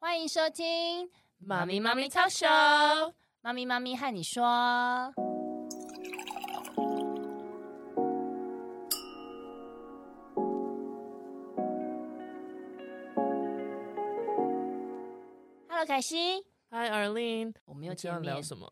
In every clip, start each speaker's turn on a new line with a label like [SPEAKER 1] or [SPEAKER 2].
[SPEAKER 1] 欢迎收听《妈咪妈咪超手》，妈咪妈咪和你说。Hello，凯西，
[SPEAKER 2] 嗨，Arlene，
[SPEAKER 1] 我们又
[SPEAKER 2] 今
[SPEAKER 1] 见
[SPEAKER 2] 天
[SPEAKER 1] 面
[SPEAKER 2] 聊。什么？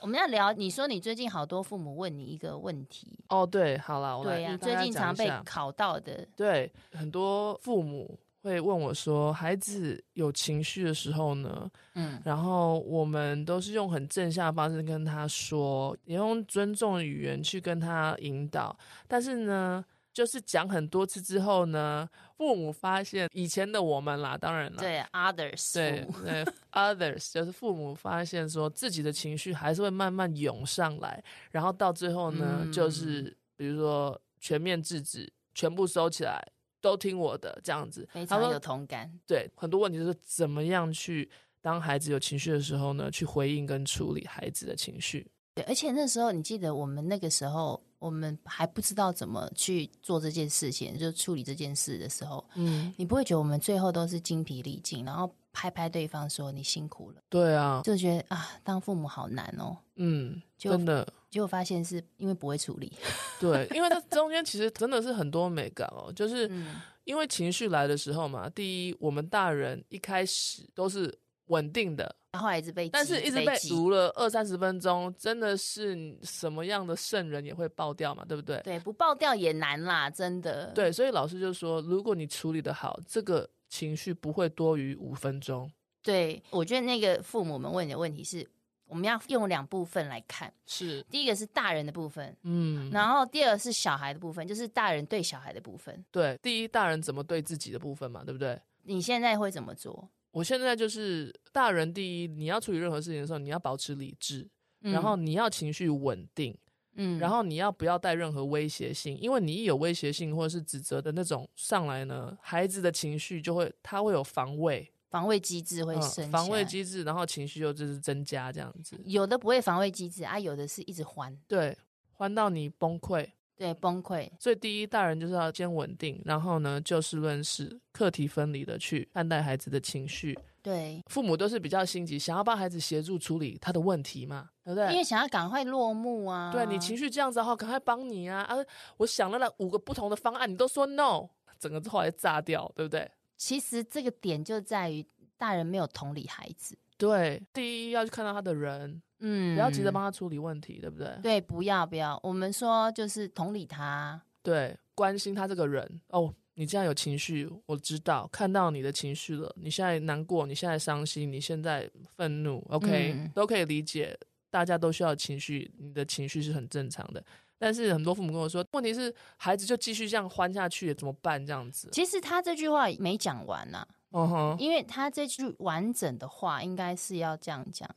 [SPEAKER 1] 我们要聊，你说你最近好多父母问你一个问题，
[SPEAKER 2] 哦，对，好啦，我来
[SPEAKER 1] 对呀、
[SPEAKER 2] 跟大
[SPEAKER 1] 最
[SPEAKER 2] 家
[SPEAKER 1] 近
[SPEAKER 2] 讲
[SPEAKER 1] 常
[SPEAKER 2] 一
[SPEAKER 1] 被
[SPEAKER 2] 下
[SPEAKER 1] 考到的，
[SPEAKER 2] 对很多父母会问我说，孩子有情绪的时候呢，
[SPEAKER 1] 嗯
[SPEAKER 2] 然后我们都是用很正向的方式跟他说，也用尊重的语言去跟他引导，但是呢。就是讲很多次之后呢，父母发现以前的我们啦，当然啦，
[SPEAKER 1] 对，others，
[SPEAKER 2] 对
[SPEAKER 1] 父母
[SPEAKER 2] 对，others 就是父母发现说自己的情绪还是会慢慢涌上来，然后到最后呢，
[SPEAKER 1] 嗯
[SPEAKER 2] 就是比如说全面制止，全部收起来，都听我的这样子。
[SPEAKER 1] 非
[SPEAKER 2] 他
[SPEAKER 1] 常有
[SPEAKER 2] 说
[SPEAKER 1] 同感。
[SPEAKER 2] 对，很多问题就是怎么样去当孩子有情绪的时候呢，去回应跟处理孩子的情绪。
[SPEAKER 1] 对，而且那时候你记得我们那个时候，我们还不知道怎么去做这件事情，就处理这件事的时候，
[SPEAKER 2] 嗯，
[SPEAKER 1] 你不会觉得我们最后都是精疲力尽，然后拍拍对方说你辛苦了，
[SPEAKER 2] 对啊，
[SPEAKER 1] 就觉得啊，当父母好难哦。
[SPEAKER 2] 嗯，
[SPEAKER 1] 就
[SPEAKER 2] 真的。
[SPEAKER 1] 结果发现是因为不会处理，
[SPEAKER 2] 对，因为这中间其实真的是很多美感哦， 就是
[SPEAKER 1] 嗯，
[SPEAKER 2] 因为情绪来的时候嘛，第一，我们大人一开始都是稳定的，
[SPEAKER 1] 然后还一直被挤，
[SPEAKER 2] 但是一直被
[SPEAKER 1] 被挤
[SPEAKER 2] 读了二三十分钟，真的是什么样的圣人也会爆掉嘛，对不对？
[SPEAKER 1] 对，不爆掉也难啦，真的。，
[SPEAKER 2] 对，所以老师就说，如果你处理的好，这个情绪不会多于五分钟。
[SPEAKER 1] 对，我觉得那个父母们问你的问题是，我们要用两部分来看，
[SPEAKER 2] 是，
[SPEAKER 1] 第一个是大人的部分，
[SPEAKER 2] 嗯，
[SPEAKER 1] 然后第二是小孩的部分，就是大人对小孩的部分。
[SPEAKER 2] 对，第一，大人怎么对自己的部分嘛，对不对？
[SPEAKER 1] 你现在会怎么做？
[SPEAKER 2] 我现在就是大人第一，你要处理任何事情的时候，你要保持理智，然后，你要情绪稳定。
[SPEAKER 1] 嗯
[SPEAKER 2] 然后你要不要带任何威胁性？因为你一有威胁性或者是指责的那种上来呢，孩子的情绪就会他会有防卫，
[SPEAKER 1] 防卫机制会升、嗯
[SPEAKER 2] 嗯、防卫，机制，然后情绪又就是增加这样子，
[SPEAKER 1] 有的不会防卫机制啊，有的是一直还，
[SPEAKER 2] 对，还到你崩溃。
[SPEAKER 1] 对，崩溃。
[SPEAKER 2] 所以第一，大人就是要先稳定，然后呢就事论事，课题分离的去看待孩子的情绪。
[SPEAKER 1] 对，
[SPEAKER 2] 父母都是比较心急，想要帮孩子协助处理他的问题嘛，对不对？
[SPEAKER 1] 因为想要赶快落幕啊。
[SPEAKER 2] 对你情绪这样子的话，赶快帮你啊！啊，我想了那五个不同的方案，你都说 no，整个后来炸掉，对不对？
[SPEAKER 1] 其实这个点就在于大人没有同理孩子。
[SPEAKER 2] 对，第一要去看到他的人，
[SPEAKER 1] 嗯
[SPEAKER 2] 不要急着帮。他处理问题，对不对？
[SPEAKER 1] 对，不要不要，我们说就是同理他。
[SPEAKER 2] 对，关心他这个人哦。你这样有情绪，我知道，看到你的情绪了。你现在难过，你现在伤心，你现在愤怒，OK，、
[SPEAKER 1] 嗯
[SPEAKER 2] 都可以理解，大家都需要情绪，你的情绪是很正常的。但是很多父母跟我说，问题是孩子就继续这样欢下去，怎么办？这样子，
[SPEAKER 1] 其实他这句话没讲完呐、
[SPEAKER 2] 嗯哼，
[SPEAKER 1] 因为他这句完整的话应该是要这样讲：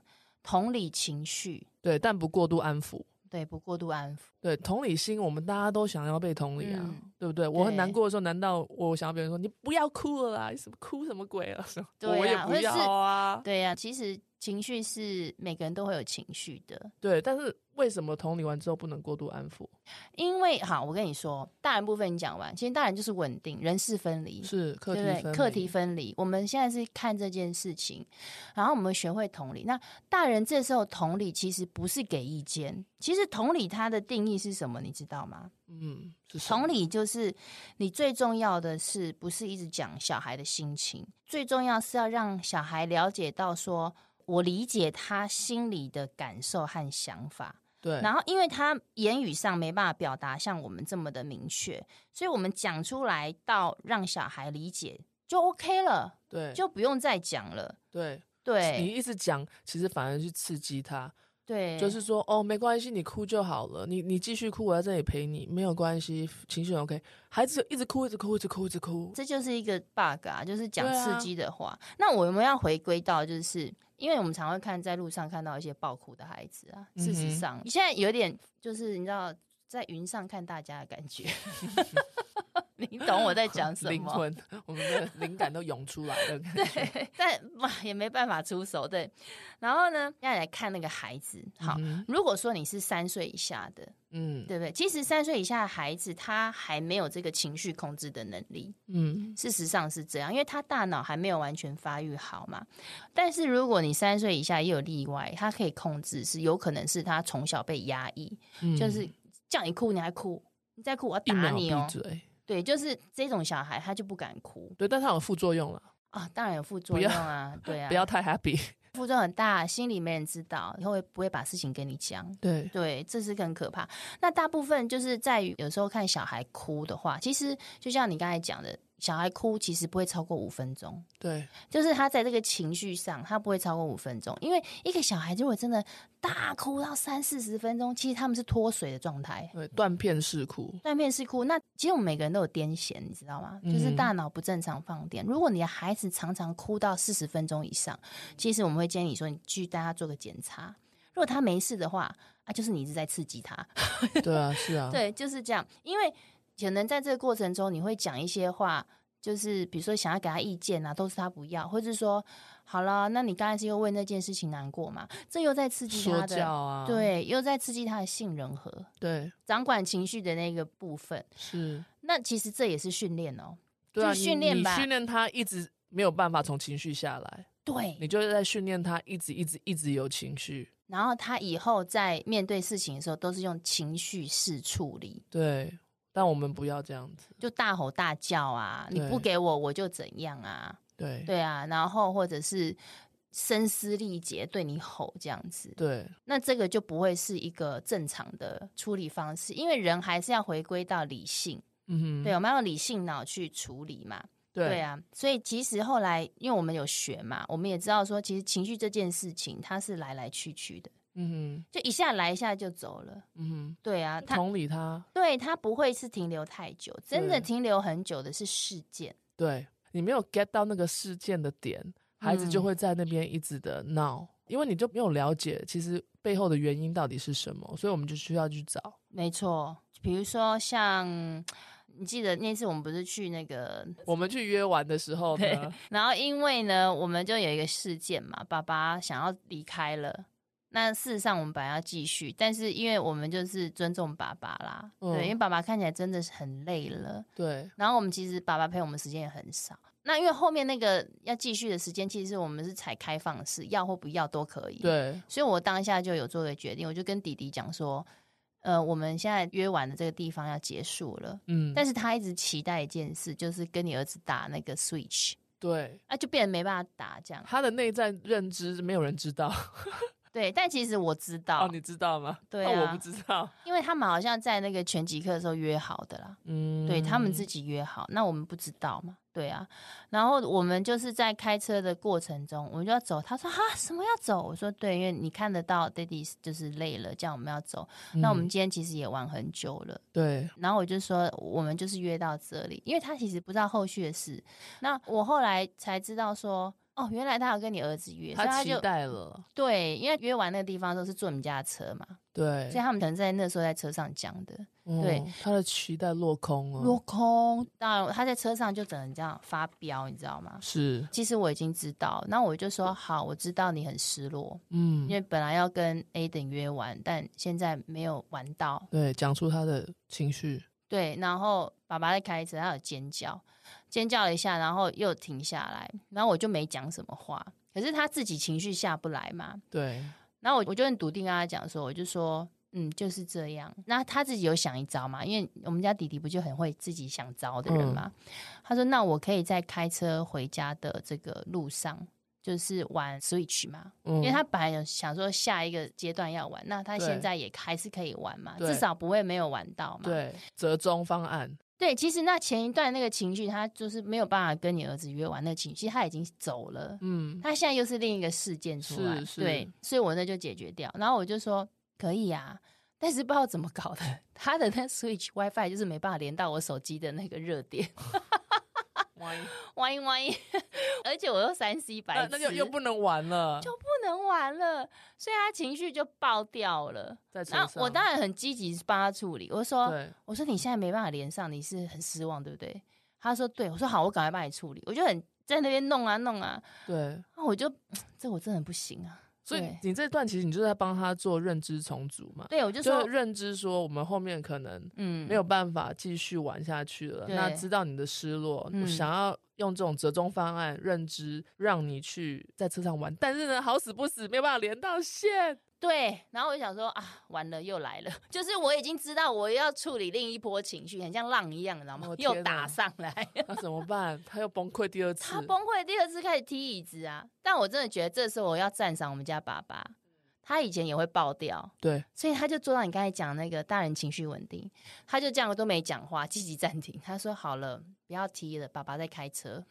[SPEAKER 1] 同理情绪，
[SPEAKER 2] 对，但不过度安抚。
[SPEAKER 1] 对，不过度安抚。
[SPEAKER 2] 对，同理心，我们大家都想要被同理啊，
[SPEAKER 1] 嗯
[SPEAKER 2] 对不对？我很难过的时候，难道我想要别人说你不要哭了啊？你什么哭什么鬼啊？
[SPEAKER 1] 对啊
[SPEAKER 2] 我也不要啊。
[SPEAKER 1] 对呀、其实情绪是每个人都会有情绪的，
[SPEAKER 2] 对，但是为什么同理完之后不能过度安抚？
[SPEAKER 1] 因为好，我跟你说，大人部分你讲完，其实大人就是稳定，人事分离，
[SPEAKER 2] 是课题
[SPEAKER 1] 对不
[SPEAKER 2] 分
[SPEAKER 1] 对？
[SPEAKER 2] 离
[SPEAKER 1] 课题分离，我们现在是看这件事情，然后我们学会同理。那大人这时候同理其实不是给意见，其实同理它的定义是什么？你知道吗？
[SPEAKER 2] 嗯，是什么
[SPEAKER 1] 同理就是你最重要的是不是一直讲小孩的心情，最重要是要让小孩了解到说，我理解他心里的感受和想法。
[SPEAKER 2] 对
[SPEAKER 1] 然后，因为他言语上没办法表达像我们这么的明确，所以我们讲出来到让小孩理解就 OK 了，
[SPEAKER 2] 对
[SPEAKER 1] 就不用再讲了。
[SPEAKER 2] 对，你
[SPEAKER 1] 对
[SPEAKER 2] 一直讲，其实反而去刺激他，
[SPEAKER 1] 对，
[SPEAKER 2] 就是说哦，没关系，你哭就好了，你你继续哭，我在这里陪你，没有关系，情绪很 OK。孩子就一直哭，一直哭，一直哭，一直哭，
[SPEAKER 1] 这就是一个 bug 啊，就是讲
[SPEAKER 2] 对
[SPEAKER 1] 刺
[SPEAKER 2] 啊
[SPEAKER 1] 激的话。那我们要回归到，就是因为我们常会看在路上看到一些暴哭的孩子啊。
[SPEAKER 2] 嗯哼
[SPEAKER 1] 事 实上，你现在有点就是你知道在云上看大家的感觉，你懂我在讲什
[SPEAKER 2] 灵
[SPEAKER 1] 么？
[SPEAKER 2] 魂，我们的灵感都涌出来了。
[SPEAKER 1] 对， 但嘛也没办法出手。对，然后呢，要来看那个孩子。好，
[SPEAKER 2] 嗯
[SPEAKER 1] 如果说你是三岁以下的，
[SPEAKER 2] 嗯
[SPEAKER 1] 对不对？其实三岁以下的孩子，他还没有这个情绪控制的能力，
[SPEAKER 2] 嗯
[SPEAKER 1] 事实上是这样，因为他大脑还没有完全发育好嘛。但是如果你三岁以下也有例外，他可以控制，是有可能是他从小被压抑，
[SPEAKER 2] 嗯
[SPEAKER 1] 就是叫你哭你还哭，你再哭我要
[SPEAKER 2] 一
[SPEAKER 1] 打
[SPEAKER 2] 秒
[SPEAKER 1] 你哦
[SPEAKER 2] 闭。嘴。
[SPEAKER 1] 对，就是这种小孩他就不敢哭
[SPEAKER 2] 对，但它有副作用了，
[SPEAKER 1] 啊，当然有副作
[SPEAKER 2] 不要
[SPEAKER 1] 用 啊，对啊，
[SPEAKER 2] 不要太 happy。
[SPEAKER 1] 副作用很大，心里没人知道，以后会不会把事情跟你讲？
[SPEAKER 2] 对，
[SPEAKER 1] 对，这是更可怕。那大部分就是在于有时候看小孩哭的话，其实就像你刚才讲的，小孩哭其实不会超过五分钟，
[SPEAKER 2] 对，
[SPEAKER 1] 就是他在这个情绪上，他不会超过五分钟。因为一个小孩如果真的大哭到三四十分钟，其实他们是脱水的状态。
[SPEAKER 2] 对，断片式 哭。
[SPEAKER 1] 断片式哭，那其实我们每个人都有癫痫，你知道吗？
[SPEAKER 2] 嗯
[SPEAKER 1] 就是大脑不正常放电。如果你的孩子常常哭到四十分钟以上，其实我们会建议你说，你去带他做个检查。如果他没事的话，啊，就是你一直在刺激他。
[SPEAKER 2] 对啊，是啊，
[SPEAKER 1] 对，就是这样。因为可能在这个过程中，你会讲一些话，就是比如说想要给他意见啊，都是他不要，或是说好了，那你刚才是又为那件事情难过嘛？这又在刺激
[SPEAKER 2] 说
[SPEAKER 1] 他
[SPEAKER 2] 教
[SPEAKER 1] 的，
[SPEAKER 2] 啊，
[SPEAKER 1] 对，又在刺激他的杏仁核，
[SPEAKER 2] 对，
[SPEAKER 1] 掌管情绪的那个部分。
[SPEAKER 2] 是，
[SPEAKER 1] 那其实这也是训练哦，
[SPEAKER 2] 对啊，
[SPEAKER 1] 就
[SPEAKER 2] 你
[SPEAKER 1] 训练
[SPEAKER 2] 你
[SPEAKER 1] 吧
[SPEAKER 2] 训练他一直没有办法从情绪下来，你
[SPEAKER 1] 对。
[SPEAKER 2] 就是在训练他一直一直一直有情绪。
[SPEAKER 1] 然后他以后在面对事情的时候，都是用情绪式处理，
[SPEAKER 2] 对，但我们不要这样子。
[SPEAKER 1] 就大吼大叫啊，你不
[SPEAKER 2] 对
[SPEAKER 1] 给我我就怎样啊，
[SPEAKER 2] 对
[SPEAKER 1] 对啊，然后或者是声嘶力竭对你吼这样子，
[SPEAKER 2] 对
[SPEAKER 1] 那这个就不会是一个正常的处理方式，因为人还是要回归到理性，
[SPEAKER 2] 嗯哼，
[SPEAKER 1] 对，我们要用理性脑去处理嘛，
[SPEAKER 2] 对
[SPEAKER 1] 对啊，所以其实后来因为我们有学嘛，我们也知道说，其实情绪这件事情它是来来去去的，
[SPEAKER 2] 嗯
[SPEAKER 1] 就一下来一下就走了，
[SPEAKER 2] 哼，嗯
[SPEAKER 1] 对啊，
[SPEAKER 2] 哼，
[SPEAKER 1] 它
[SPEAKER 2] 同理他，
[SPEAKER 1] 对它不会是停留太久，真的
[SPEAKER 2] 对
[SPEAKER 1] 停留很久的是事件，
[SPEAKER 2] 对你没有 get 到那个事件的点，孩子就
[SPEAKER 1] 嗯
[SPEAKER 2] 会在那边一直的闹，因为你就没有了解其实背后的原因到底是什么，所以我们就需要去找。
[SPEAKER 1] 没错，比如说像。你记得那次我们不是去那个
[SPEAKER 2] 我们去约玩的时候呢，
[SPEAKER 1] 然后因为呢，我们就有一个事件嘛，爸爸想要离开了。那事实上我们本来要继续，但是因为我们就是尊重爸爸啦，
[SPEAKER 2] 嗯
[SPEAKER 1] 对，因为爸爸看起来真的是很累了。
[SPEAKER 2] 对
[SPEAKER 1] 然后我们其实爸爸陪我们时间也很少。那因为后面那个要继续的时间，其实我们是采开放式，要或不要都可以。，
[SPEAKER 2] 对
[SPEAKER 1] 所以我当下就有做个决定，我就跟弟弟讲说，呃，我们现在约完的这个地方要结束了，
[SPEAKER 2] 嗯，
[SPEAKER 1] 但是他一直期待一件事，就是跟你儿子打那个 Switch。
[SPEAKER 2] 对
[SPEAKER 1] 啊，就变得没办法打这样。
[SPEAKER 2] 他的内在认知没有人知道
[SPEAKER 1] 对，但其实我知道，
[SPEAKER 2] 哦，你知道吗？
[SPEAKER 1] 对
[SPEAKER 2] 哦
[SPEAKER 1] 啊
[SPEAKER 2] 我不知道。
[SPEAKER 1] 因为他们好像在那个拳击课的时候约好的啦，
[SPEAKER 2] 嗯
[SPEAKER 1] 对他们自己约好，那我们不知道嘛，对啊。然后我们就是在开车的过程中，我们就要走，他说哈什么要走？我说对，因为你看得到 daddy 就是累了，这样我们要走。那
[SPEAKER 2] 嗯
[SPEAKER 1] 我们今天其实也玩很久了。
[SPEAKER 2] 对
[SPEAKER 1] 然后我就说，我们就是约到这里，因为他其实不知道后续的事。那我后来才知道说，哦，原来他有跟你儿子约，所以
[SPEAKER 2] 他
[SPEAKER 1] 他
[SPEAKER 2] 期
[SPEAKER 1] 就
[SPEAKER 2] 待了，
[SPEAKER 1] 对，因为约完那个地方都是坐你们家的车嘛，
[SPEAKER 2] 对
[SPEAKER 1] 所以他们可能在那时候在车上讲的。对
[SPEAKER 2] 对，他的期待落空了，
[SPEAKER 1] 落空，当然他在车上就只能这样发飙，你知道吗？
[SPEAKER 2] 是
[SPEAKER 1] 其实我已经知道，那我就说好，我知道你很失落，
[SPEAKER 2] 嗯
[SPEAKER 1] 因，为本来要跟 A 等约完，但现在没有玩到。
[SPEAKER 2] 对，讲出他的情绪，
[SPEAKER 1] 对，然后爸爸在开车，他有尖叫，尖叫了一下，然后又停下来，然后我就没讲什么话，可是他自己情绪下不来嘛，
[SPEAKER 2] 对
[SPEAKER 1] 然后我我就很笃定跟他讲说，我就说，嗯，就是这样。那他自己有想一招嘛？因为我们家弟弟不就很会自己想招的人嘛。
[SPEAKER 2] 嗯
[SPEAKER 1] 他说，那我可以在开车回家的这个路上，就是玩 Switch 嘛，
[SPEAKER 2] 嗯，
[SPEAKER 1] 因为他本来有想说下一个阶段要玩，那他
[SPEAKER 2] 对
[SPEAKER 1] 现在也还是可以玩嘛，
[SPEAKER 2] 对
[SPEAKER 1] 至少不会没有玩到嘛。
[SPEAKER 2] 对折中方案，
[SPEAKER 1] 对，其实那前一段那个情绪，他就是没有办法跟你儿子约完，那个情绪他已经走了。
[SPEAKER 2] 嗯，
[SPEAKER 1] 他现在又是另一个事件出来
[SPEAKER 2] 是，是
[SPEAKER 1] 对，所以我那就解决掉。然后我就说可以啊，但是不知道怎么搞 的，他的那 Switch WiFi 就是没办法连到我手机的那个热点，
[SPEAKER 2] 万一
[SPEAKER 1] 万一万一，而且我又三 C 白
[SPEAKER 2] 那
[SPEAKER 1] 痴，
[SPEAKER 2] 那就又不能玩了，
[SPEAKER 1] 就不能玩了，所以他情绪就爆掉了。
[SPEAKER 2] 在车
[SPEAKER 1] 那
[SPEAKER 2] 上
[SPEAKER 1] 我当然很积极帮他处理，我说
[SPEAKER 2] 对，
[SPEAKER 1] 我说你现在没办法连上，你是很失望对不对？他说对，我说好，我赶快帮你处理，我就很在那边弄啊弄啊，
[SPEAKER 2] 对，
[SPEAKER 1] 啊我就这我真的很不行啊，
[SPEAKER 2] 所以
[SPEAKER 1] 对
[SPEAKER 2] 你这段其实你就是在帮他做认知重组嘛，
[SPEAKER 1] 对我就
[SPEAKER 2] 就是
[SPEAKER 1] 说
[SPEAKER 2] 认知说我们后面可能
[SPEAKER 1] 嗯
[SPEAKER 2] 没有办法继续玩下去了，
[SPEAKER 1] 对
[SPEAKER 2] 那知道你的失落，
[SPEAKER 1] 嗯
[SPEAKER 2] 我想要用这种折中方案认知让你去在车上玩，但是呢，好死不死没有办法连 到线，
[SPEAKER 1] 对，然后我就想说啊，完了又来了， 就是我已经知道我要处理另一波情绪，很像浪一样，你知道吗？
[SPEAKER 2] 哦 天
[SPEAKER 1] 又打
[SPEAKER 2] 哪
[SPEAKER 1] 上 来。
[SPEAKER 2] 那怎么办？他又崩溃第二次
[SPEAKER 1] 他，崩溃第二次开始踢椅子啊！但我真的觉得这时候我要赞赏我们家爸爸，他以前也会爆掉，
[SPEAKER 2] 对，
[SPEAKER 1] 所以他就做到你刚才讲那个大人情绪稳定，他就这样都没讲话，积极暂停。他说：“好了，不要踢了，爸爸在开车。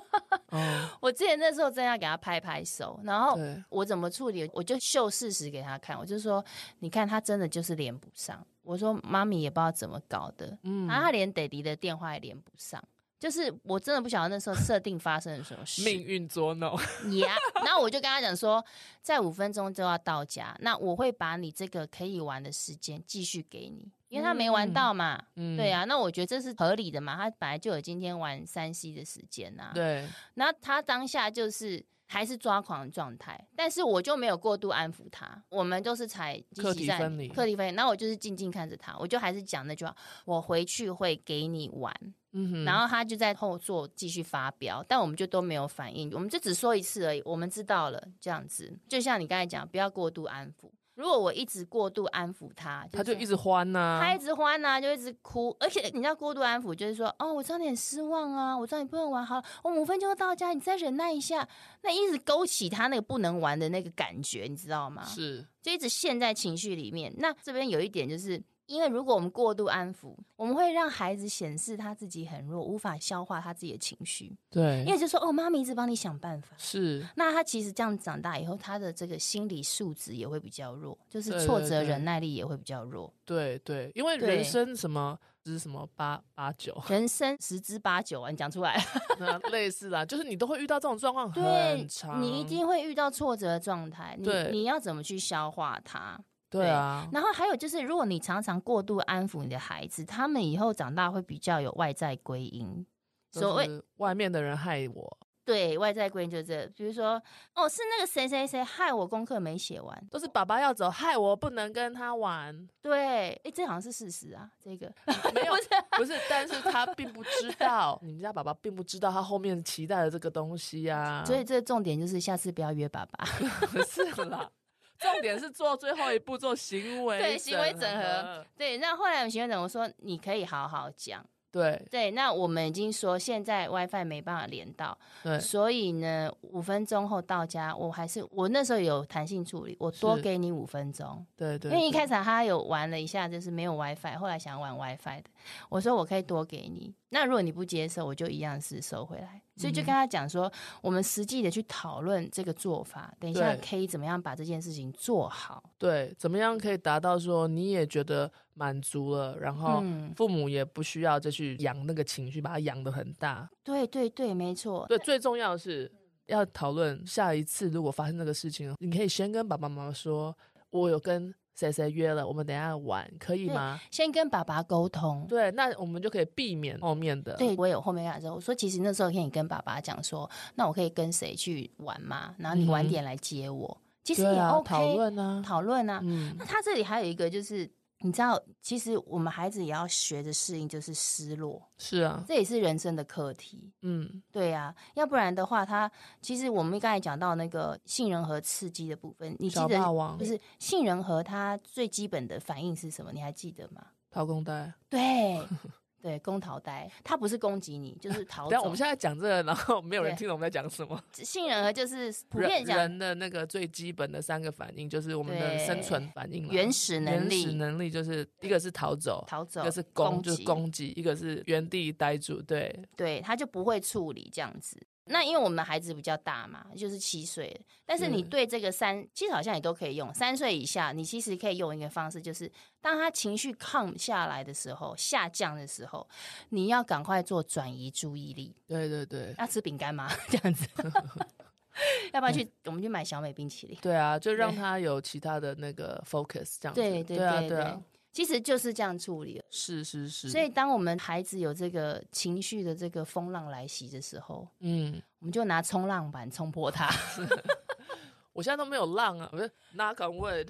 [SPEAKER 2] 嗯，”
[SPEAKER 1] 我之前那时候真的要给他拍拍手，然后
[SPEAKER 2] 对，
[SPEAKER 1] 我怎么处理，我就秀事实给他看，我就说：“你看他真的就是连不上。”我说：“妈咪也不知道怎么搞的，
[SPEAKER 2] 嗯，
[SPEAKER 1] 啊然后他连爹地的电话也连不上。”就是我真的不晓得那时候设定发生了什么 事，
[SPEAKER 2] 命运捉弄，
[SPEAKER 1] 呀，啊然后我就跟他讲说，在五分钟就要到家，那我会把你这个可以玩的时间继续给你，因为他没玩到嘛。
[SPEAKER 2] 嗯
[SPEAKER 1] 对，啊，那我觉得这是合理的嘛，他本来就有今天玩三 C 的时间呐、，
[SPEAKER 2] 对，
[SPEAKER 1] 那他当下就是还是抓狂的状态，但是我就没有过度安抚他，我们都是采积
[SPEAKER 2] 课
[SPEAKER 1] 极
[SPEAKER 2] 题
[SPEAKER 1] 在
[SPEAKER 2] 分离
[SPEAKER 1] 课题分离，那我就是静静看着他，我就还是讲那句话，我回去会给你玩。
[SPEAKER 2] 嗯哼，
[SPEAKER 1] 然后他就在后座继续发飙，但我们就都没有反应，我们就只说一次而已，我们知道了这样子。就像你刚才讲，不要过度安抚。如果我一直过度安抚他，
[SPEAKER 2] 他就是一直欢呐、
[SPEAKER 1] 他一直欢呐、就一直哭，而且你知道过度安抚就是说，哦，我知道你很失望啊，我知道你不能玩，好了，我们五分钟就到家，你再忍耐一下，那一直勾起他那个不能玩的那个感觉，你知道吗？
[SPEAKER 2] 是
[SPEAKER 1] 就一直陷在情绪里面。那这边有一点就是。因为如果我们过度安抚，我们会让孩子显示他自己很弱，无法消化他自己的情绪。因
[SPEAKER 2] 对，
[SPEAKER 1] 为就说哦，妈咪一直帮你想办法。
[SPEAKER 2] 是
[SPEAKER 1] 那他其实这样长大以后，他的这个心理素质也会比较弱，就是
[SPEAKER 2] 对
[SPEAKER 1] 挫
[SPEAKER 2] 对
[SPEAKER 1] 折
[SPEAKER 2] 对
[SPEAKER 1] 忍耐力也会比较弱。
[SPEAKER 2] 对对，因为
[SPEAKER 1] 对
[SPEAKER 2] 人生什么是什么八八九，
[SPEAKER 1] 人生十之八九啊，你讲出来，
[SPEAKER 2] 那类似啦，就是你都会遇到这种状况
[SPEAKER 1] 对
[SPEAKER 2] 很长，
[SPEAKER 1] 你一定会遇到挫折的状态，你
[SPEAKER 2] 对
[SPEAKER 1] 你要怎么去消化它？
[SPEAKER 2] 对啊，
[SPEAKER 1] 然后还有就是，如果你常常过度安抚你的孩子，他们以后长大会比较有外在归因。
[SPEAKER 2] 就
[SPEAKER 1] 所谓
[SPEAKER 2] 是外面的人害我，
[SPEAKER 1] 对外在归因就是这，比如说哦，是那个谁谁谁害我功课没写完。
[SPEAKER 2] 都是爸爸要走，害我不能跟 他玩，
[SPEAKER 1] 对，哎，这好像是事实啊。这 个
[SPEAKER 2] 没有不是，但是他并不知道，你们家爸爸并不知道他后面期待的这个东西呀、啊，
[SPEAKER 1] 所以这重点就是下次不要约爸爸。
[SPEAKER 2] 不是啦。重点是做最后一步，做行为
[SPEAKER 1] 对行为整合
[SPEAKER 2] 合，
[SPEAKER 1] 对，那后来我学生讲，我说你可以好好讲。
[SPEAKER 2] 对
[SPEAKER 1] 对，那我们已经说现在 WiFi 没办法连到，
[SPEAKER 2] 对
[SPEAKER 1] 所以呢，五分钟后到家，我还是我那时候有弹性处理，我多
[SPEAKER 2] 是
[SPEAKER 1] 给你五分钟。
[SPEAKER 2] 对对，
[SPEAKER 1] 因为一
[SPEAKER 2] 对
[SPEAKER 1] 开始他有玩了一下，就是没有 WiFi，后来想玩 WiFi 的，我说我可以多给你。那如果你不接受，我就一样是收回来。所以就跟
[SPEAKER 2] 嗯
[SPEAKER 1] 他讲说，我们实际的去讨论这个做法，等一下
[SPEAKER 2] 对
[SPEAKER 1] 可以怎么样把这件事情做好。
[SPEAKER 2] 对，怎么样可以达到说你也觉得满足了，然后
[SPEAKER 1] 嗯
[SPEAKER 2] 父母也不需要再去养那个情绪，把它养得很大。
[SPEAKER 1] 对对对，没错。
[SPEAKER 2] 对，最重要的是要讨论下一次如果发生这个事情，你可以先跟爸爸妈妈说，我有跟谁谁约了，我们等一下玩，可以吗？
[SPEAKER 1] 先跟爸爸沟通。
[SPEAKER 2] 对，那我们就可以避免后面的。
[SPEAKER 1] 对，我有后面跟他说，我说其实那时候可以跟爸爸讲说，那我可以跟谁去玩嘛，然后你晚
[SPEAKER 2] 嗯哼
[SPEAKER 1] 点来接我，其实
[SPEAKER 2] 对
[SPEAKER 1] 也
[SPEAKER 2] 啊，
[SPEAKER 1] OK，
[SPEAKER 2] 讨论啊，
[SPEAKER 1] 讨论啊，
[SPEAKER 2] 嗯
[SPEAKER 1] 那，他这里还有一个就是，你知道，其实我们孩子也要学着适应，就是失落，
[SPEAKER 2] 是啊，
[SPEAKER 1] 这也是人生的课题。
[SPEAKER 2] 嗯，
[SPEAKER 1] 对啊，要不然的话，他其实我们刚才讲到那个杏仁核刺激的部分，你记
[SPEAKER 2] 小霸
[SPEAKER 1] 得
[SPEAKER 2] 王
[SPEAKER 1] 不是杏仁核它最基本的反应是什么？你还记得吗？
[SPEAKER 2] 掏空袋。
[SPEAKER 1] 对， 对，攻逃呆，它不是攻击你，就是 逃
[SPEAKER 2] 但
[SPEAKER 1] 走。
[SPEAKER 2] 我们现在讲这个，然后没有人
[SPEAKER 1] 对
[SPEAKER 2] 听懂我们在讲什么。
[SPEAKER 1] 杏仁核就是普
[SPEAKER 2] 人
[SPEAKER 1] 遍讲
[SPEAKER 2] 人的那个最基本的三个反应，就是我们的
[SPEAKER 1] 对
[SPEAKER 2] 生存反应啦
[SPEAKER 1] 原始能
[SPEAKER 2] 原
[SPEAKER 1] 力
[SPEAKER 2] 始能力就是一个是逃走，
[SPEAKER 1] 逃走，
[SPEAKER 2] 一个是攻，
[SPEAKER 1] 击
[SPEAKER 2] 就是攻击，一个是原地待住。对，
[SPEAKER 1] 对，他就不会处理这样子。那因为我们孩子比较大嘛，就是七岁了，但是你
[SPEAKER 2] 是
[SPEAKER 1] 对这个三，其实好像也都可以用。三岁以下，你其实可以用一个方式，就是当他情绪 calm 下来的时候，下降的时候，你要赶快做转移注意力。
[SPEAKER 2] 对对对，
[SPEAKER 1] 要吃饼干吗？ 这样 子，要不要
[SPEAKER 2] 嗯
[SPEAKER 1] 去我们去买小美冰淇淋？
[SPEAKER 2] 对啊，就让
[SPEAKER 1] 对
[SPEAKER 2] 他有其他的那个 focus 这样子。
[SPEAKER 1] 对对
[SPEAKER 2] 啊
[SPEAKER 1] 对
[SPEAKER 2] 对啊，嗯
[SPEAKER 1] 其实就是这样处理了。
[SPEAKER 2] 是是是。
[SPEAKER 1] 所以，当我们孩子有这个情绪的这个风浪来袭的时候，
[SPEAKER 2] 嗯，
[SPEAKER 1] 我们就拿冲浪板冲破它。
[SPEAKER 2] 我现在都没有浪 啊，我是 knock on wood，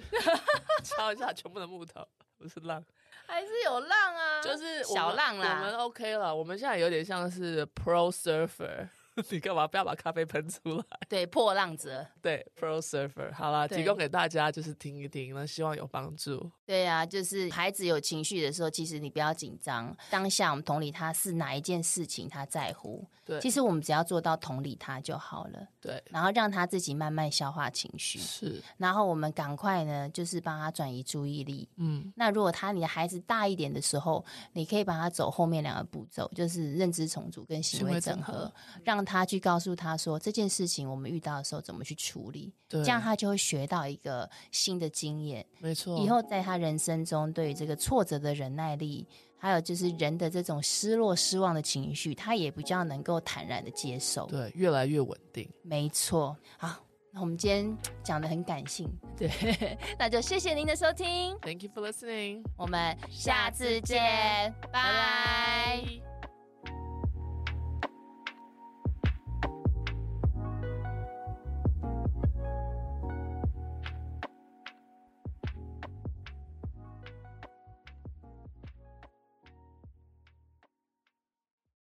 [SPEAKER 2] 敲一下全部的木头，不是浪。
[SPEAKER 1] 还是有浪啊，
[SPEAKER 2] 就是我
[SPEAKER 1] 小
[SPEAKER 2] 们
[SPEAKER 1] 浪
[SPEAKER 2] 我们
[SPEAKER 1] 啦。
[SPEAKER 2] OK 了，我们现在有点像是 Pro Surfer。你干嘛不要把咖啡喷出来？
[SPEAKER 1] 对，破浪者，
[SPEAKER 2] 对，Pro Surfer，好啦，
[SPEAKER 1] 对
[SPEAKER 2] 提供给大家就是听一听，那希望有帮助。
[SPEAKER 1] 对啊，就是孩子有情绪的时候，其实你不要紧张，当下我们同理他是哪一件事情他在乎，
[SPEAKER 2] 对
[SPEAKER 1] 其实我们只要做到同理他就好了，
[SPEAKER 2] 对，
[SPEAKER 1] 然后让他自己慢慢消化情绪，
[SPEAKER 2] 是，
[SPEAKER 1] 然后我们赶快呢，就是帮他转移注意力。
[SPEAKER 2] 嗯，
[SPEAKER 1] 那如果他你的孩子大一点的时候，你可以帮他走后面两个步骤，就是认知重组跟行
[SPEAKER 2] 行
[SPEAKER 1] 为
[SPEAKER 2] 为
[SPEAKER 1] 整
[SPEAKER 2] 整
[SPEAKER 1] 合
[SPEAKER 2] 合，
[SPEAKER 1] 让他去告诉他说这件事情我们遇到的时候怎么去处理，
[SPEAKER 2] 对，
[SPEAKER 1] 这样他就会学到一个新的经验，
[SPEAKER 2] 没错，
[SPEAKER 1] 以后在他人生中对于这个挫折的忍耐力，还有就是人的这种失落、失望的情绪，他也比较能够坦然的接受。
[SPEAKER 2] 对越来越稳定。
[SPEAKER 1] 没错，好，那我们今天讲的很感性，
[SPEAKER 2] 对
[SPEAKER 1] 那就谢谢您的收听，
[SPEAKER 2] ，Thank you for listening，
[SPEAKER 1] 我们下次见，拜拜。
[SPEAKER 2] 拜